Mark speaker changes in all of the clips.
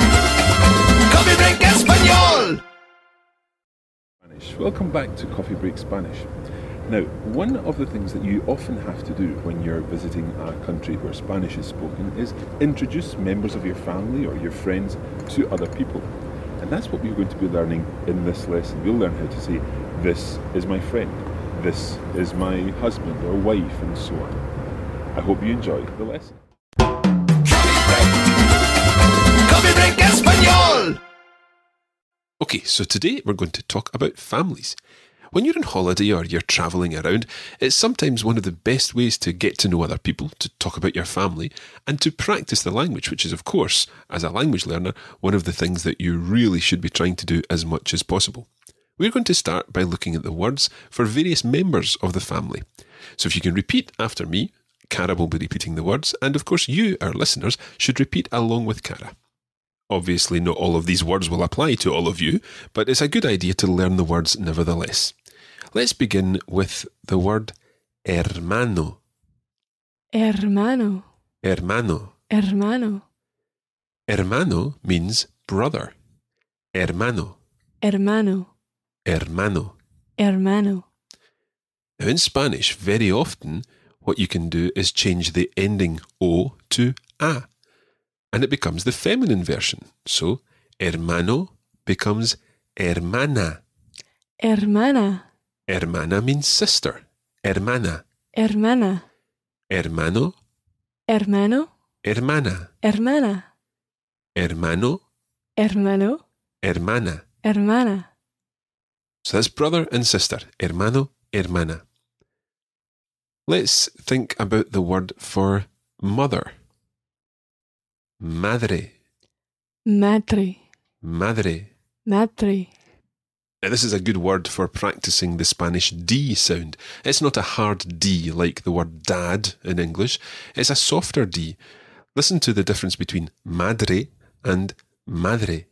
Speaker 1: Coffee Break Español.
Speaker 2: Spanish. Welcome back to Coffee Break Spanish. Now, one of the things that you often have to do when you're visiting a country where Spanish is spoken is introduce members of your family or your friends to other people. And that's what we're going to be learning in this lesson. You'll learn how to say, This is my friend, this is my husband or wife, and so on. I hope you enjoy the lesson.
Speaker 1: Coffee Break Español.
Speaker 3: Okay, so today we're going to talk about families. When you're on holiday or you're travelling around, it's sometimes one of the best ways to get to know other people, to talk about your family, and to practice the language, which is, of course, as a language learner, one of the things that you really should be trying to do as much as possible. We're going to start by looking at the words for various members of the family. So if you can repeat after me, Cara will be repeating the words, and of course, you, our listeners, should repeat along with Cara. Obviously, not all of these words will apply to all of you, but it's a good idea to learn the words nevertheless. Let's begin with the word hermano.
Speaker 4: Hermano,
Speaker 3: Hermano.
Speaker 4: hermano,
Speaker 3: Hermano means brother. Hermano.
Speaker 4: hermano,
Speaker 3: Hermano.
Speaker 4: hermano.
Speaker 3: Now, in Spanish, very often what you can do is change the ending o to a, and it becomes the feminine version. So, hermano becomes hermana.
Speaker 4: Hermana,
Speaker 3: Hermana means sister. Hermana.
Speaker 4: hermana,
Speaker 3: Hermano.
Speaker 4: hermano,
Speaker 3: Hermana.
Speaker 4: hermana,
Speaker 3: Hermano.
Speaker 4: hermano,
Speaker 3: Hermana.
Speaker 4: hermana,
Speaker 3: So that's brother and sister, hermano, hermana. Let's think about the word for mother. Madre,
Speaker 4: madre,
Speaker 3: madre.
Speaker 4: madre,
Speaker 3: Now, this is a good word for practicing the Spanish D sound. It's not a hard D like the word dad in English, it's a softer D. Listen to the difference between madre and madre.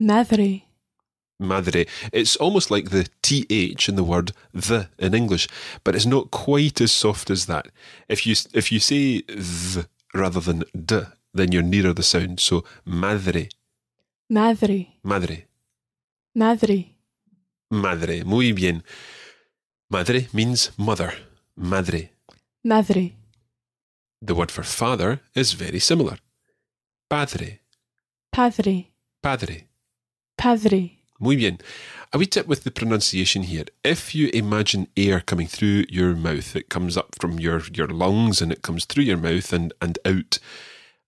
Speaker 4: madre,
Speaker 3: madre. It's almost like the th in the word the in English, but it's not quite as soft as that. If you if you say th rather than d, then you're nearer the sound. So madre,
Speaker 4: madre,
Speaker 3: madre,
Speaker 4: madre,
Speaker 3: madre. Muy bien. Madre means mother. Madre.
Speaker 4: madre,
Speaker 3: The word for father is very similar. Padre,
Speaker 4: padre,
Speaker 3: padre.
Speaker 4: padre,
Speaker 3: Muy bien. A wee tip with the pronunciation here. If you imagine air coming through your mouth, it comes up from your, your lungs and it comes through your mouth and, and out.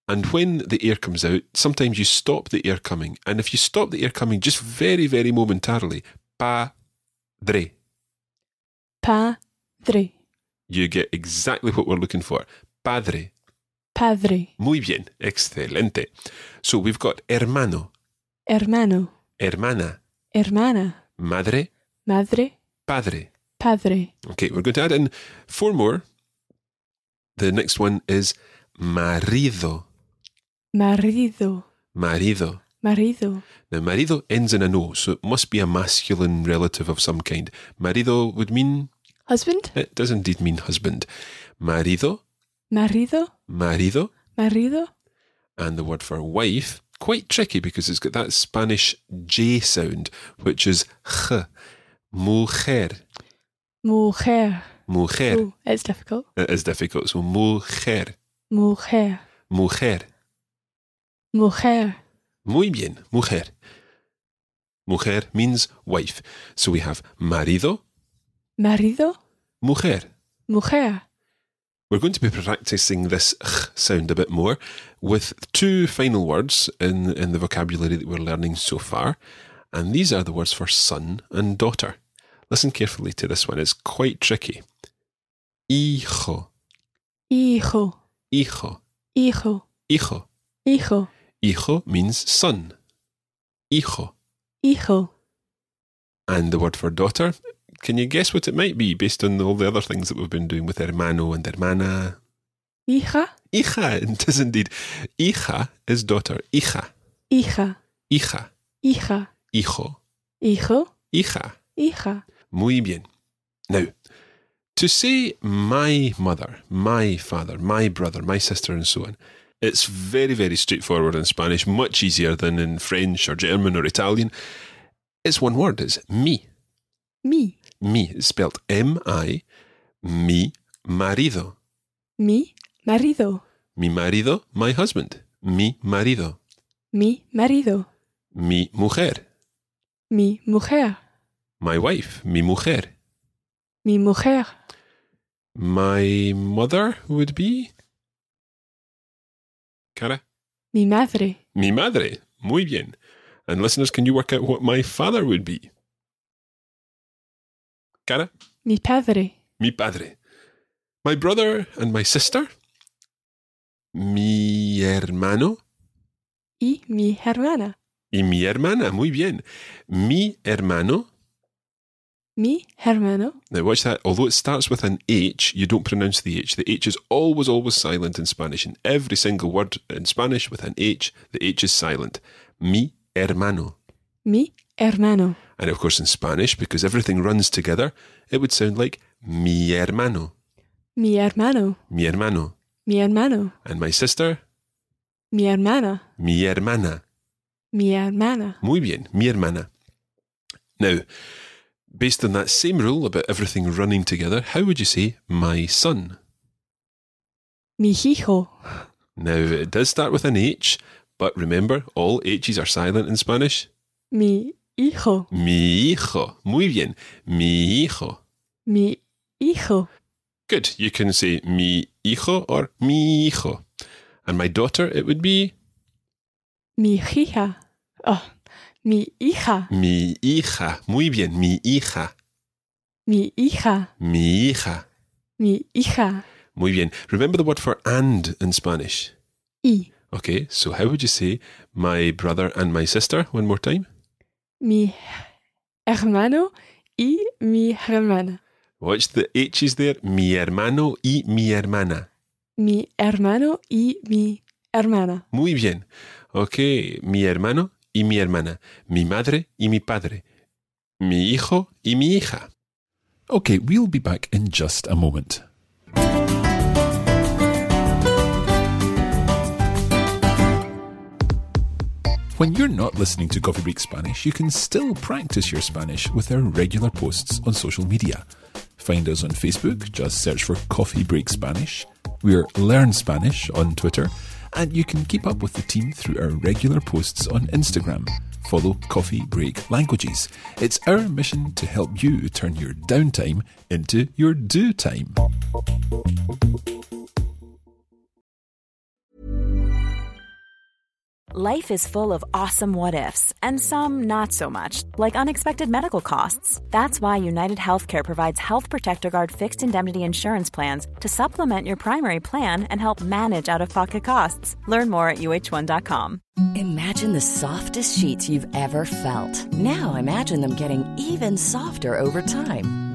Speaker 3: And when the air comes out, sometimes you stop the air coming. And if you stop the air coming just very, very momentarily, padre,
Speaker 4: padre,
Speaker 3: you get exactly what we're looking for. Padre.
Speaker 4: padre,
Speaker 3: Muy bien. Excelente. So we've got hermano,
Speaker 4: hermano,
Speaker 3: hermana,
Speaker 4: hermana,
Speaker 3: madre,
Speaker 4: madre,
Speaker 3: padre.
Speaker 4: padre,
Speaker 3: Okay, we're going to add in four more. The next one is marido.
Speaker 4: marido,
Speaker 3: Marido.
Speaker 4: marido,
Speaker 3: Now, marido ends in an O, so it must be a masculine relative of some kind. Marido would mean,
Speaker 4: husband,
Speaker 3: it does indeed mean husband. Marido,
Speaker 4: marido,
Speaker 3: marido,
Speaker 4: marido,
Speaker 3: and the word for wife, quite tricky because it's got that Spanish J sound, which is j. Mujer,
Speaker 4: mujer,
Speaker 3: Mujer.
Speaker 4: Oh, it's difficult.
Speaker 3: It is difficult. So mujer.
Speaker 4: Mujer.
Speaker 3: Mujer.
Speaker 4: Mujer.
Speaker 3: Muy bien. Mujer. Mujer means wife. So we have marido,
Speaker 4: Marido.
Speaker 3: mujer.
Speaker 4: Mujer.
Speaker 3: We're going to be practicing this ch sound a bit more with two final words in, in the vocabulary that we're learning so far. And these are the words for son and daughter. Listen carefully to this one, it's quite tricky. Hijo,
Speaker 4: Hijo.
Speaker 3: hijo,
Speaker 4: Hijo.
Speaker 3: hijo.
Speaker 4: Hijo.
Speaker 3: Hijo means son. Hijo.
Speaker 4: Hijo.
Speaker 3: And the word for daughter, can you guess what it might be based on all the other things that we've been doing with hermano and hermana
Speaker 4: Hija.
Speaker 3: Hija, it is indeed. Hija is daughter. Hija,
Speaker 4: Hija.
Speaker 3: hija,
Speaker 4: Hija.
Speaker 3: hijo,
Speaker 4: Hijo.
Speaker 3: hija.
Speaker 4: Hija.
Speaker 3: Muy bien. Now, to say my mother, my father, my brother, my sister, and so on, it's very, very straightforward in Spanish, much easier than in French or German or Italian. It's one word, it's me.
Speaker 4: Mi.
Speaker 3: Me, it's spelled M I, mi marido.
Speaker 4: Mi. Marido.
Speaker 3: Mi marido, my husband. Mi marido.
Speaker 4: Mi marido.
Speaker 3: Mi mujer.
Speaker 4: Mi mujer.
Speaker 3: My wife, mi mujer.
Speaker 4: Mi mujer.
Speaker 3: My mother would be. Cara?
Speaker 4: Mi madre.
Speaker 3: Mi madre. Muy bien. And listeners, can you work out what my father would be? Cara?
Speaker 4: Mi padre.
Speaker 3: Mi padre. My brother and my sister? Mi hermano
Speaker 4: Y mi hermana.
Speaker 3: y mi hermana. Muy bien. Mi hermano.
Speaker 4: Mi hermano.
Speaker 3: Now, watch that. Although it starts with an H, you don't pronounce the H. The H is always, always silent in Spanish. In every single word in Spanish with an H, the H is silent. Mi hermano.
Speaker 4: Mi hermano.
Speaker 3: And of course, in Spanish, because everything runs together, it would sound like mi hermano.
Speaker 4: Mi hermano.
Speaker 3: Mi hermano.
Speaker 4: Mi hermano.
Speaker 3: And my sister,
Speaker 4: Mi hermana.
Speaker 3: mi hermana.
Speaker 4: Mi hermana.
Speaker 3: Muy bien, mi hermana. Now, based on that same rule about everything running together, how would you say my son?
Speaker 4: Mi hijo.
Speaker 3: Now, it does start with an H, but remember, all H's are silent in Spanish.
Speaker 4: Mi hijo.
Speaker 3: Mi hijo. Muy bien. Mi hijo.
Speaker 4: Mi hijo.
Speaker 3: Good. You can say mi hijo or mi hijo. And my daughter, it would be
Speaker 4: Mi hija. Oh, mi hija.
Speaker 3: mi hija. Muy bien. Mi hija.
Speaker 4: Mi hija.
Speaker 3: Mi hija.
Speaker 4: Mi hija.
Speaker 3: Muy bien. Remember the word for and in Spanish.
Speaker 4: Y.
Speaker 3: Okay, so how would you say my brother and my sister one more time?
Speaker 4: Mi hermano y mi hermana.
Speaker 3: Watch the H's there. Mi hermano y mi hermana.
Speaker 4: Mi hermano y mi hermana.
Speaker 3: Muy bien. Ok, mi hermano y mi hermana, mi madre y mi padre, mi hijo y mi hija.
Speaker 5: Okay, we'll be back in just a moment. When you're not listening to Coffee Break Spanish, you can still practice your Spanish with our regular posts on social media. Find us on Facebook, just search for Coffee Break Spanish. We're Learn Spanish on Twitter, and you can keep up with the team through our regular posts on Instagram. Follow Coffee Break Languages. It's our mission to help you turn your downtime into your do time.
Speaker 6: Life is full of awesome what ifs, and some not so much, like unexpected medical costs. That's why United Healthcare provides Health Protector Guard fixed indemnity insurance plans to supplement your primary plan and help manage out of pocket costs. Learn more at uh1.com.
Speaker 7: Imagine the softest sheets you've ever felt. Now imagine them getting even softer over time.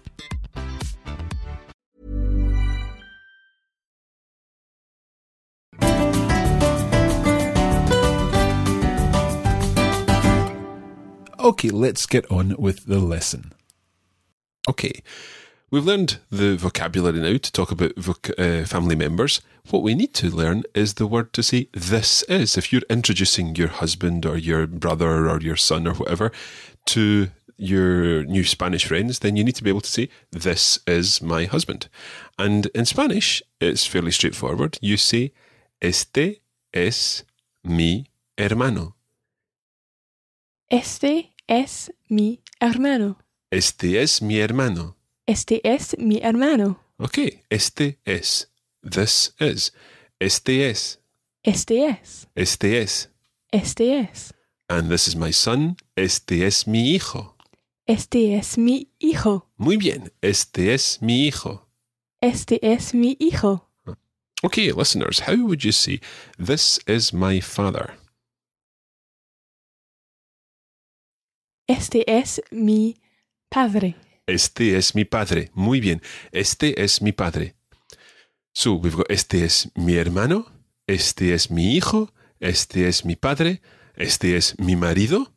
Speaker 5: Okay, let's get on with the lesson.
Speaker 3: Okay, we've learned the vocabulary now to talk about voc- uh, family members. What we need to learn is the word to say this is. If you're introducing your husband or your brother or your son or whatever to your new Spanish friends, then you need to be able to say, This is my husband. And in Spanish, it's fairly straightforward. You say, Este es mi hermano.
Speaker 4: Este es mi hermano.
Speaker 3: Este es mi hermano.
Speaker 4: Este es mi hermano.
Speaker 3: Okay, este es. This is. Este es.
Speaker 4: Este es.
Speaker 3: Este es.
Speaker 4: Este es.
Speaker 3: And this is my son. Este es mi hijo.
Speaker 4: Este es mi hijo.
Speaker 3: Muy bien. Este es mi hijo.
Speaker 4: Este es mi hijo.
Speaker 3: Okay, listeners, how would you say, This is my father?
Speaker 4: Este es mi padre.
Speaker 3: Este es mi padre. Muy bien. Este es mi padre. So we've got este es mi hermano, este es mi hijo, este es mi padre, este es mi marido.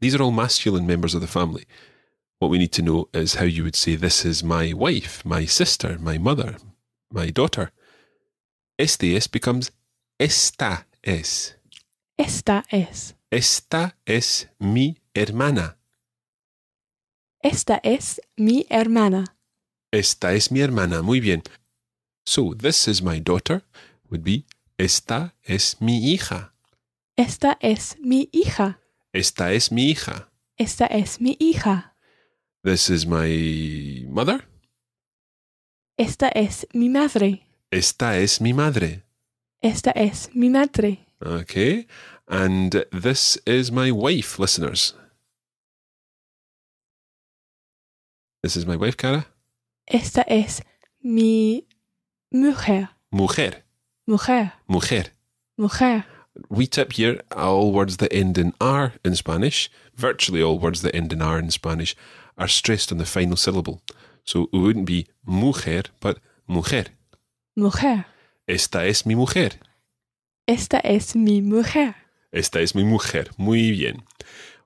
Speaker 3: These are all masculine members of the family. What we need to know is how you would say this is my wife, my sister, my mother, my daughter. Este es becomes esta es.
Speaker 4: Esta es.
Speaker 3: Esta es mi hermana.
Speaker 4: Esta es mi hermana.
Speaker 3: Esta es mi hermana. Muy bien. So, this is my daughter would be Esta es mi hija.
Speaker 4: Esta es mi hija.
Speaker 3: Esta es mi hija.
Speaker 4: Esta es mi hija.
Speaker 3: This is my mother.
Speaker 4: Esta es mi madre.
Speaker 3: Esta es mi madre.
Speaker 4: Esta es mi madre.
Speaker 3: Okay. And this is my wife, listeners. This is my wife, Cara.
Speaker 4: Esta es mi mujer.
Speaker 3: Mujer.
Speaker 4: Mujer.
Speaker 3: Mujer.
Speaker 4: Mujer.
Speaker 3: We tip here all words that end in R in Spanish, virtually all words that end in R in Spanish, are stressed on the final syllable. So it wouldn't be mujer, but mujer.
Speaker 4: Mujer.
Speaker 3: Esta es mi mujer.
Speaker 4: Esta es mi mujer.
Speaker 3: Esta es mi mujer. Muy bien.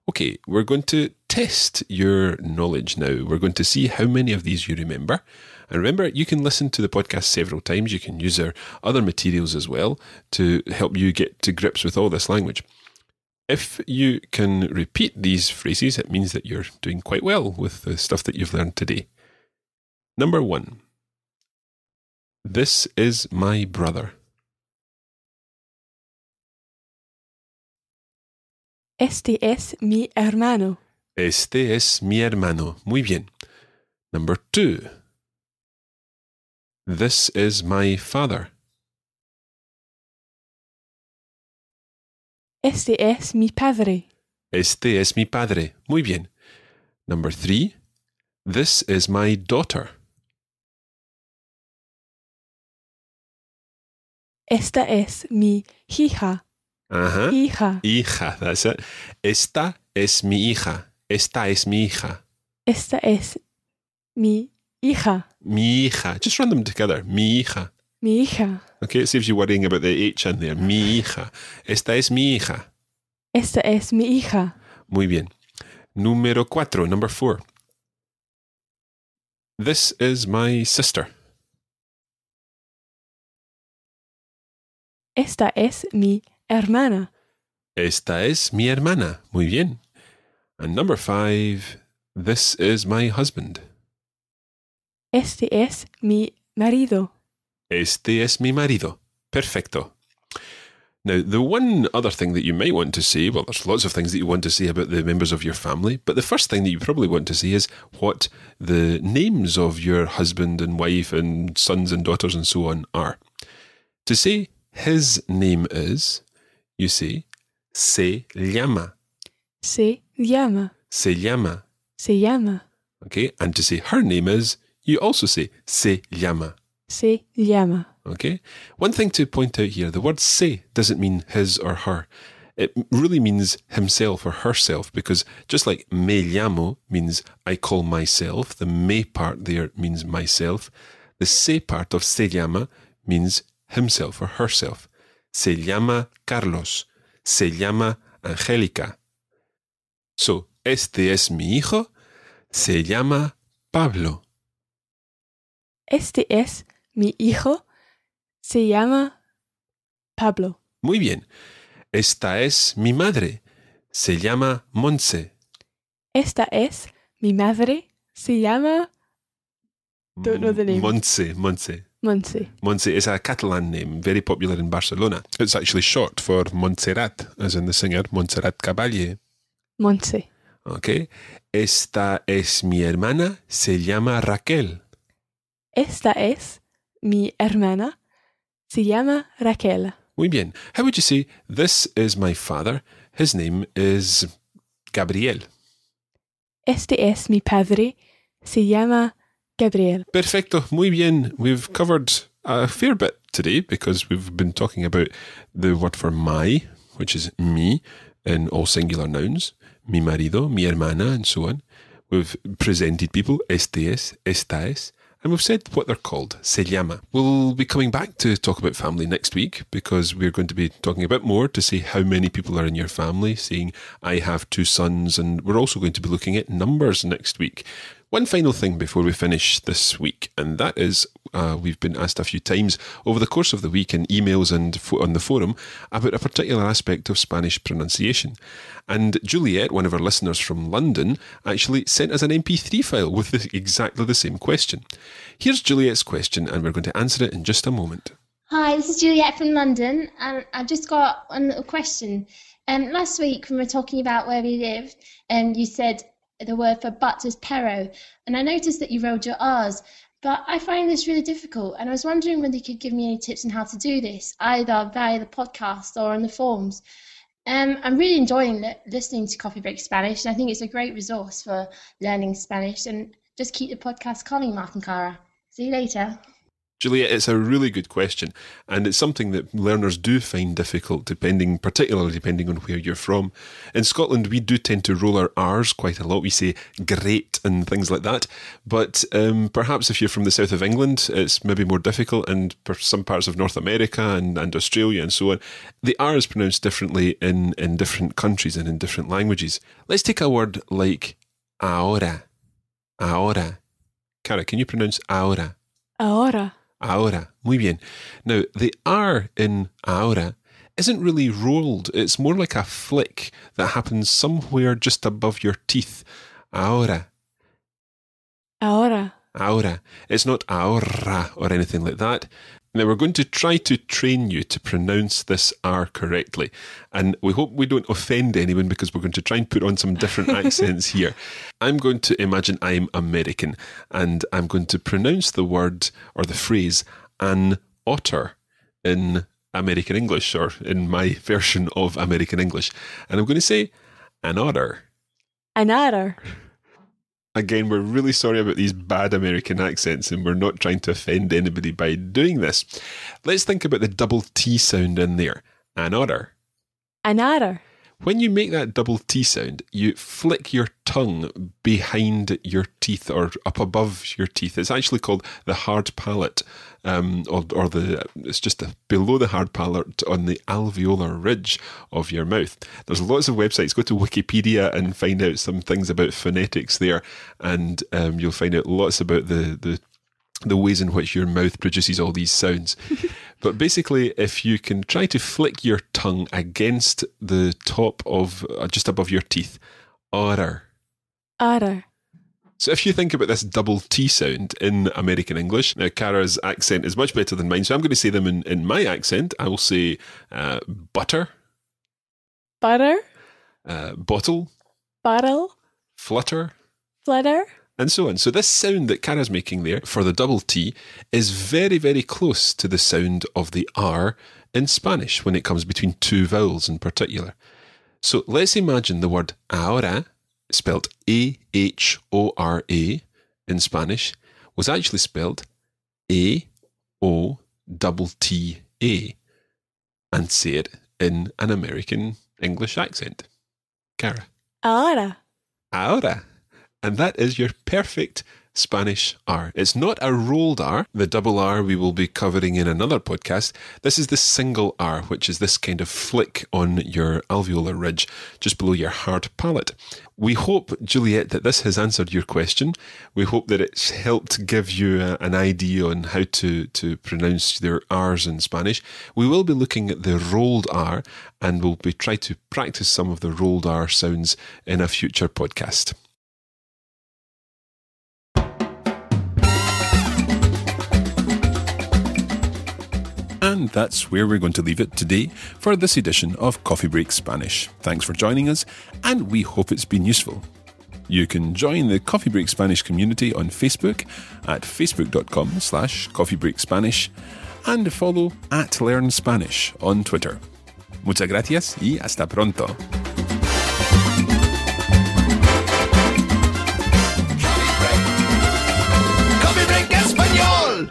Speaker 3: Okay, we're going to test your knowledge now. We're going to see how many of these you remember. And remember, you can listen to the podcast several times. You can use our other materials as well to help you get to grips with all this language. If you can repeat these phrases, it means that you're doing quite well with the stuff that you've learned today. Number one This is my brother.
Speaker 4: Este es mi hermano.
Speaker 3: Este es mi hermano. Muy bien. Number two. This is my father.
Speaker 4: Este es mi padre.
Speaker 3: Este es mi padre. Muy bien. Number three. This is my daughter.
Speaker 4: Esta es mi hija.
Speaker 3: Ajá.
Speaker 4: Hija.
Speaker 3: Hija, that's it. Esta es mi hija. Esta es mi hija.
Speaker 4: Esta es mi hija.
Speaker 3: Mi hija. Just run them together. Mi hija.
Speaker 4: Mi hija.
Speaker 3: Okay, it saves you worrying about the H in there. Mi hija. Esta es mi hija.
Speaker 4: Esta es mi hija.
Speaker 3: Muy bien. Número cuatro, number four. This is my sister.
Speaker 4: Esta es mi hermana.
Speaker 3: Esta es mi hermana. Muy bien. And number five, this is my husband.
Speaker 4: Este es mi marido.
Speaker 3: Este es mi marido. Perfecto. Now, the one other thing that you might want to say, well, there's lots of things that you want to say about the members of your family, but the first thing that you probably want to say is what the names of your husband and wife and sons and daughters and so on are. To say his name is, you say se llama.
Speaker 4: Se llama.
Speaker 3: Se llama.
Speaker 4: Se llama.
Speaker 3: Okay. And to say her name is, you also say se llama.
Speaker 4: Se llama.
Speaker 3: Okay. One thing to point out here the word se doesn't mean his or her. It really means himself or herself because just like me llamo means I call myself, the me part there means myself. The se part of se llama means himself or herself. Se llama Carlos. Se llama Angélica. So, este es mi hijo. Se llama Pablo.
Speaker 4: Este es mi hijo. Se llama Pablo.
Speaker 3: Muy bien. Esta es mi madre. Se llama Monse.
Speaker 4: Esta es mi madre. Se llama. Don't know the name.
Speaker 3: Monse, Monse.
Speaker 4: Monse.
Speaker 3: Monse is a Catalan name, very popular in Barcelona. It's actually short for Montserrat, as in the singer Montserrat Caballé.
Speaker 4: Monse.
Speaker 3: Okay. Esta es mi hermana. Se llama Raquel.
Speaker 4: Esta es mi hermana. Se llama Raquel.
Speaker 3: Muy bien. How would you say, this is my father? His name is Gabriel.
Speaker 4: Este es mi padre. Se llama Gabriel.
Speaker 3: Perfecto. Muy bien. We've covered a fair bit today because we've been talking about the word for my, which is me, in all singular nouns, mi marido, mi hermana, and so on. We've presented people, este es, esta es, and we've said what they're called, se llama. We'll be coming back to talk about family next week because we're going to be talking a bit more to see how many people are in your family, saying, I have two sons, and we're also going to be looking at numbers next week. One final thing before we finish this week, and that is uh, we've been asked a few times over the course of the week in emails and fo- on the forum about a particular aspect of Spanish pronunciation. And Juliet, one of our listeners from London, actually sent us an MP3 file with the, exactly the same question. Here's Juliet's question, and we're going to answer it in just a moment.
Speaker 8: Hi, this is Juliet from London, and I've just got one little question. Um, last week, when we were talking about where we live, um, you said the word for but is pero, and I noticed that you rolled your R's, but I find this really difficult, and I was wondering whether you could give me any tips on how to do this, either via the podcast or on the forums. Um, I'm really enjoying li- listening to Coffee Break Spanish, and I think it's a great resource for learning Spanish, and just keep the podcast coming, Mark and Cara. See you later.
Speaker 3: Juliet, it's a really good question, and it's something that learners do find difficult, depending, particularly depending on where you're from. In Scotland, we do tend to roll our R's quite a lot. We say "great" and things like that. But um, perhaps if you're from the south of England, it's maybe more difficult, and per some parts of North America and, and Australia and so on, the R is pronounced differently in in different countries and in different languages. Let's take a word like ahora, ahora. Cara, can you pronounce ahora?
Speaker 4: Ahora.
Speaker 3: Ahora. Muy bien. Now, the R in ahora isn't really rolled, it's more like a flick that happens somewhere just above your teeth. Ahora.
Speaker 4: Ahora.
Speaker 3: Ahora. It's not ahora or anything like that. Now, we're going to try to train you to pronounce this R correctly. And we hope we don't offend anyone because we're going to try and put on some different accents here. I'm going to imagine I'm American and I'm going to pronounce the word or the phrase an otter in American English or in my version of American English. And I'm going to say an otter.
Speaker 4: An otter.
Speaker 3: Again, we're really sorry about these bad American accents, and we're not trying to offend anybody by doing this. Let's think about the double T sound in there an otter.
Speaker 4: An otter.
Speaker 3: When you make that double T sound, you flick your tongue behind your teeth or up above your teeth. It's actually called the hard palate, um, or, or the it's just the, below the hard palate on the alveolar ridge of your mouth. There's lots of websites. Go to Wikipedia and find out some things about phonetics there, and um, you'll find out lots about the the the ways in which your mouth produces all these sounds. but basically, if you can try to flick your tongue against the top of uh, just above your teeth, otter.
Speaker 4: Otter.
Speaker 3: So if you think about this double T sound in American English, now Cara's accent is much better than mine, so I'm going to say them in, in my accent. I will say uh, butter,
Speaker 4: Butter.
Speaker 3: uh, bottle,
Speaker 4: Bottle.
Speaker 3: flutter,
Speaker 4: Flutter.
Speaker 3: and so on. So this sound that Kara's making there for the double T is very, very close to the sound of the R in Spanish when it comes between two vowels in particular. So let's imagine the word ahora, spelled A H O R A in Spanish, was actually spelled A O double T A and say it in an American English accent. Cara.
Speaker 4: Ahora.
Speaker 3: Ahora. And that is your perfect Spanish R. It's not a rolled R, the double R we will be covering in another podcast. This is the single R, which is this kind of flick on your alveolar ridge just below your hard palate. We hope, Juliet, that this has answered your question. We hope that it's helped give you uh, an idea on how to, to pronounce their R's in Spanish. We will be looking at the rolled R and we'll be try to practice some of the rolled R sounds in a future podcast.
Speaker 5: And that's where we're going to leave it today for this edition of Coffee Break Spanish. Thanks for joining us, and we hope it's been useful. You can join the Coffee Break Spanish community on Facebook at facebook.com slash coffeebreakspanish and follow at Learn Spanish on Twitter. Muchas gracias y hasta pronto.
Speaker 1: Coffee Break Español.